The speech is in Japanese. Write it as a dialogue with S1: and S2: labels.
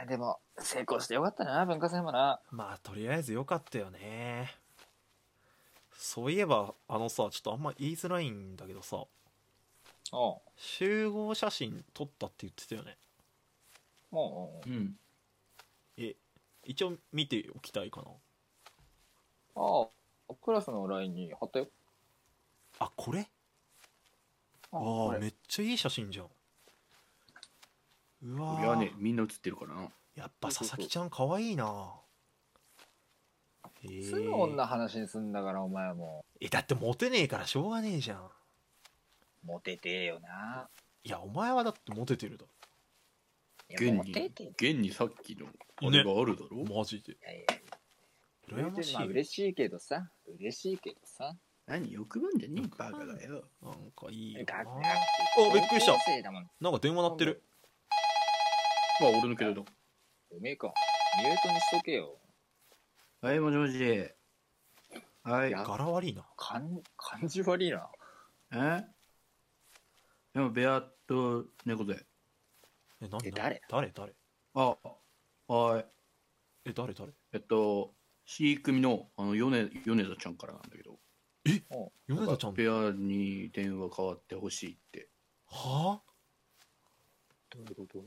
S1: や、でも、成功してよかったな、文化祭もな。
S2: まあとりあえずよかったよねそういえばあのさちょっとあんま言いづらいんだけどさ
S1: おう
S2: 集合写真撮ったって言ってたよね
S1: おうおう
S3: うん。
S2: え一応見ておきたいかな
S1: おうああ、クラスの LINE に貼ったよ。
S2: あこれ
S1: あ
S2: あ
S1: こ
S2: あ
S1: れ
S2: めっちゃいい写真じゃんうわ
S3: い
S2: ー
S3: やね、みんな写ってるからな。
S2: やっぱ佐々木ちゃん可愛いなえー
S1: すぐ女話にすんだから、お前も。
S2: えだってモテねえからしょうがねえじゃん
S1: モテてえよな。
S2: いやお前はだってモテてるだ
S1: いや
S3: 現
S1: モ
S3: に
S1: テて、い、
S3: 現にさっきのあれがあるだろ、
S2: ろマジで
S1: やいや、
S2: 羨ましい、
S1: まあ嬉しいけどさ、嬉しいけどさ。
S3: 何欲張んじゃねえバカがよ。
S2: なんかいいよ
S1: 学
S2: な
S1: 学
S2: おびっくりした
S1: 高校生だもん
S2: なんか電話鳴ってる
S3: まあ俺のけどだ。
S1: おめえか。ミュートにしとけよ。
S3: はい、もしもし。はいい。
S2: 柄悪いな
S1: 感 感じ悪いな。
S3: えでも、ベアと猫で。
S2: え何
S1: え誰
S2: 誰誰
S3: あ、はい。
S2: え誰誰
S3: えっと、C 組の、あの、米米田ちゃんからなんだけど、
S2: 米田ちゃん
S3: ベアに電話変わってほしいって。
S2: はあ
S1: どういうこと